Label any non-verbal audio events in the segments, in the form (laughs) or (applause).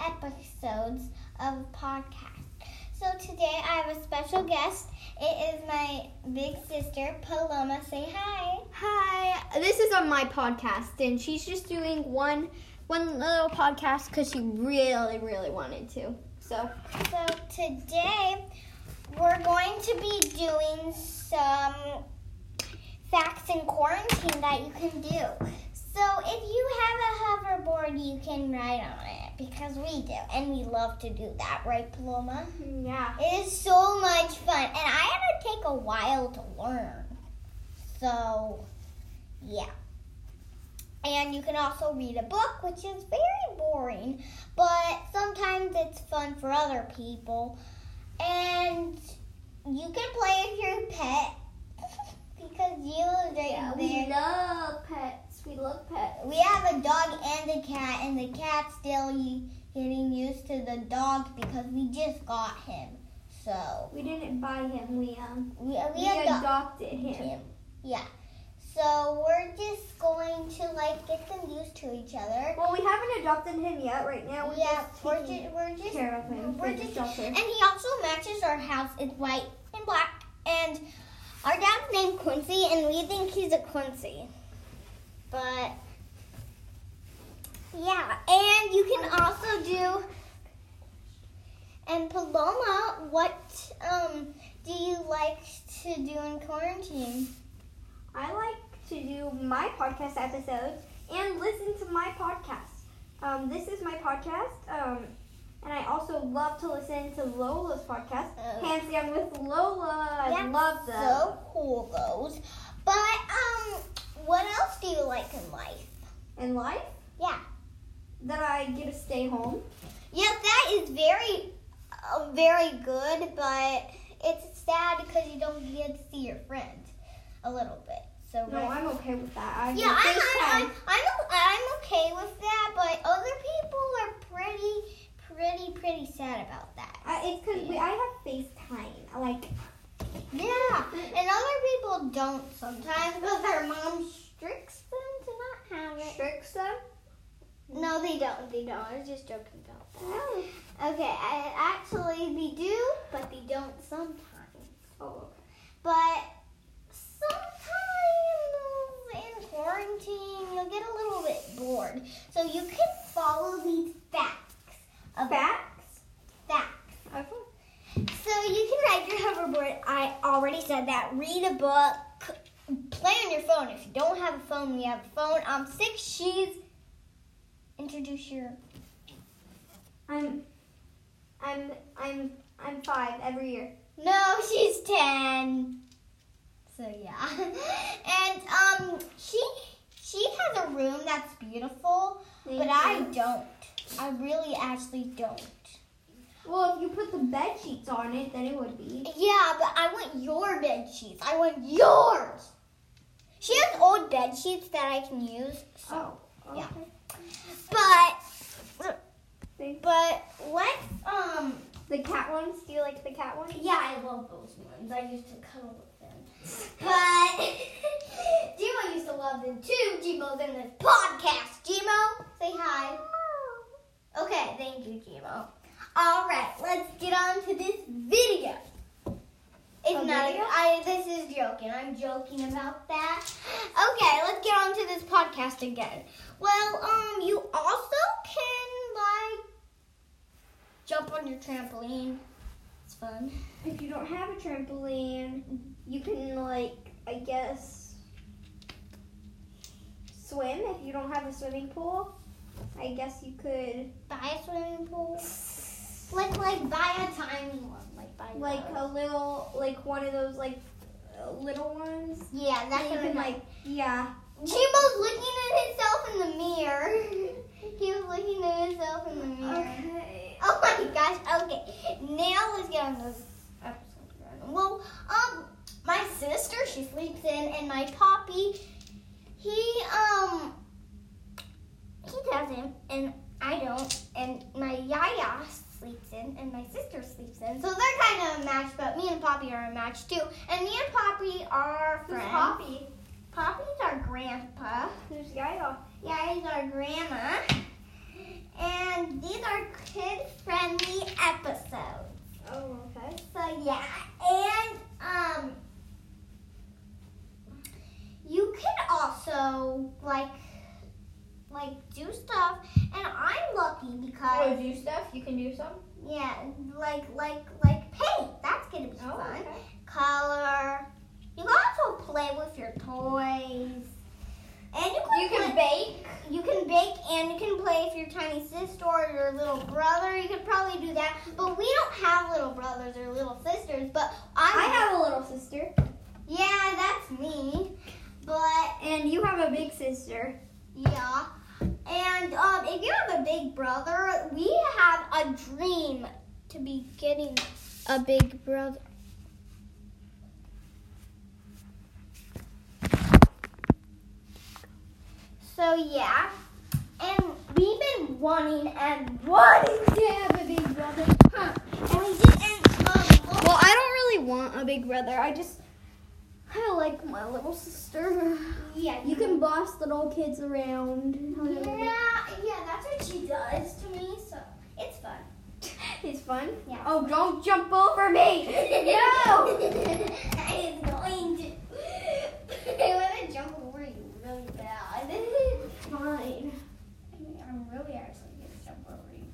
episodes of podcast. So today I have a special guest. It is my big sister Paloma. Say hi. Hi, this is on my podcast, and she's just doing one one little podcast because she really, really wanted to. So So today we're going to be doing some facts in quarantine that you can do. So if you have a hoverboard, you can ride on it because we do, and we love to do that, right, Paloma? Mm-hmm. yeah, It is so much fun, and I had to take a while to learn. So, yeah. And you can also read a book, which is very boring, but sometimes it's fun for other people. And you can play with your pet (laughs) because you is right there. love pets. We love pets. We have a dog and a cat, and the cat's still y- getting used to the dog because we just got him. So We didn't buy him. We um we, we, ado- adopted him. Yeah. So we're just going to like get them used to each other. Well, we haven't adopted him yet. Right now, yeah, we're just we're just care of him we're for the just shelter. and he also matches our house. It's white and black, and our dad's named Quincy, and we think he's a Quincy. But yeah, and you can also do. And Paloma, what um do you like to do in quarantine? I like to do my podcast episodes and listen to my podcast. Um, this is my podcast, um, and I also love to listen to Lola's podcast. Oh. Hands down with Lola. I That's love them. So cool those. But um, what else do you like in life? In life, Yeah. that I get to stay home. Yes, that is very, uh, very good. But it's sad because you don't get to see your friends a little bit. So No, I'm okay with that. I yeah, get I'm, FaceTime. I'm, I'm, I'm, I'm okay with that. But other people are pretty, pretty, pretty sad about that. I- it's because I have FaceTime. Like, Yeah, and other people don't sometimes because their mom stricts them to not have it. tricks them. No, they don't. They don't. I was just joking about Oh. that. Okay, I, actually, they do, but they don't sometimes. Oh, But sometimes in quarantine, you'll get a little bit bored. So you can follow these facts. Of facts. Facts. Okay. So you can ride your hoverboard. I already said that. Read a book. Play on your phone. If you don't have a phone, we have a phone. Um, six she's. Introduce your. I'm, I'm, I'm, I'm five every year. No, she's ten. So yeah, (laughs) and um, she she has a room that's beautiful, but I don't. I really actually don't. Well, if you put the bed sheets on it, then it would be. Yeah, but I want your bed sheets. I want yours. She has old bed sheets that I can use. Oh, okay. Yeah. But Thank- but let's um The cat ones. Do you like the cat ones? yeah I love those ones. I used to cuddle with them. But (laughs) Gmo used to love them too. Gmo's in this podcast. Gmo, say hi. Okay, thank you, Gmo. All right, let's get on to this video. It's A not. video? I. This is joking. I'm joking about that. Okay, let's get on to this podcast again. Well, um, you also can like jump on your trampoline. It's fun. If you don't have a trampoline, you can like, I guess, swim. If you don't have a swimming pool, I guess you could Buy a swimming pool. Like like buy a tiny one. Like buy like oh, one. a little, like one of those like uh, little ones. yeah. That That's you what I'm can like. like, yeah. Jimbo's looking at himself in the mirror. (laughs) he was looking at himself in the mirror. Okay. Oh my gosh. Okay. Now let's get on this episode. Well, um, my sister she sleeps in, and my poppy, he um, he doesn't, and I don't, and my yaya sleeps in, and my sister sleeps in. So they're kind of a match, but me and Poppy are a match too. And me and Poppy are Who's friends. Poppy? Poppy's our grandpa. Who's Gaia? Yeah, he's our grandma. And and these are kid-friendly episodes. Oh, okay. So yeah, and um, you can also like like do stuff, and I'm lucky Oh, because do stuff. You can do some. yeah, like like like paint. That's gonna be Oh, fun. okay. Color. You can also play with your toys, and you can You play- can bake. you can bake and you can play if your tiny sister or your little brother. You could probably do that. But we don't have little brothers or little sisters. But I, I have a little sister, Yeah, that's me. But and you have a big sister. yeah. And um, if you have a big brother, we have a dream to be getting a big brother. So yeah, and we've been wanting and wanting to have a big brother, huh? And we didn't. Um, Well, I don't really want a big brother. I just I like my little sister. yeah, You can boss little kids around. Yeah, yeah, that's what she does to me. So it's fun. (laughs) It's fun. Yeah. (laughs) Oh, don't jump over (laughs) me. I is going to. (laughs) I want to jump over you really bad. (laughs) Fine. I'm really actually gonna jump over you.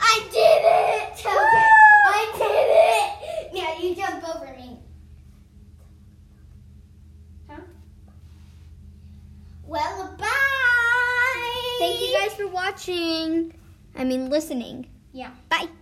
I did it. (laughs) Okay, I did it. Now you jump over me. Huh? Well, bye. Thank you guys for watching. I mean, listening. Yeah. Bye.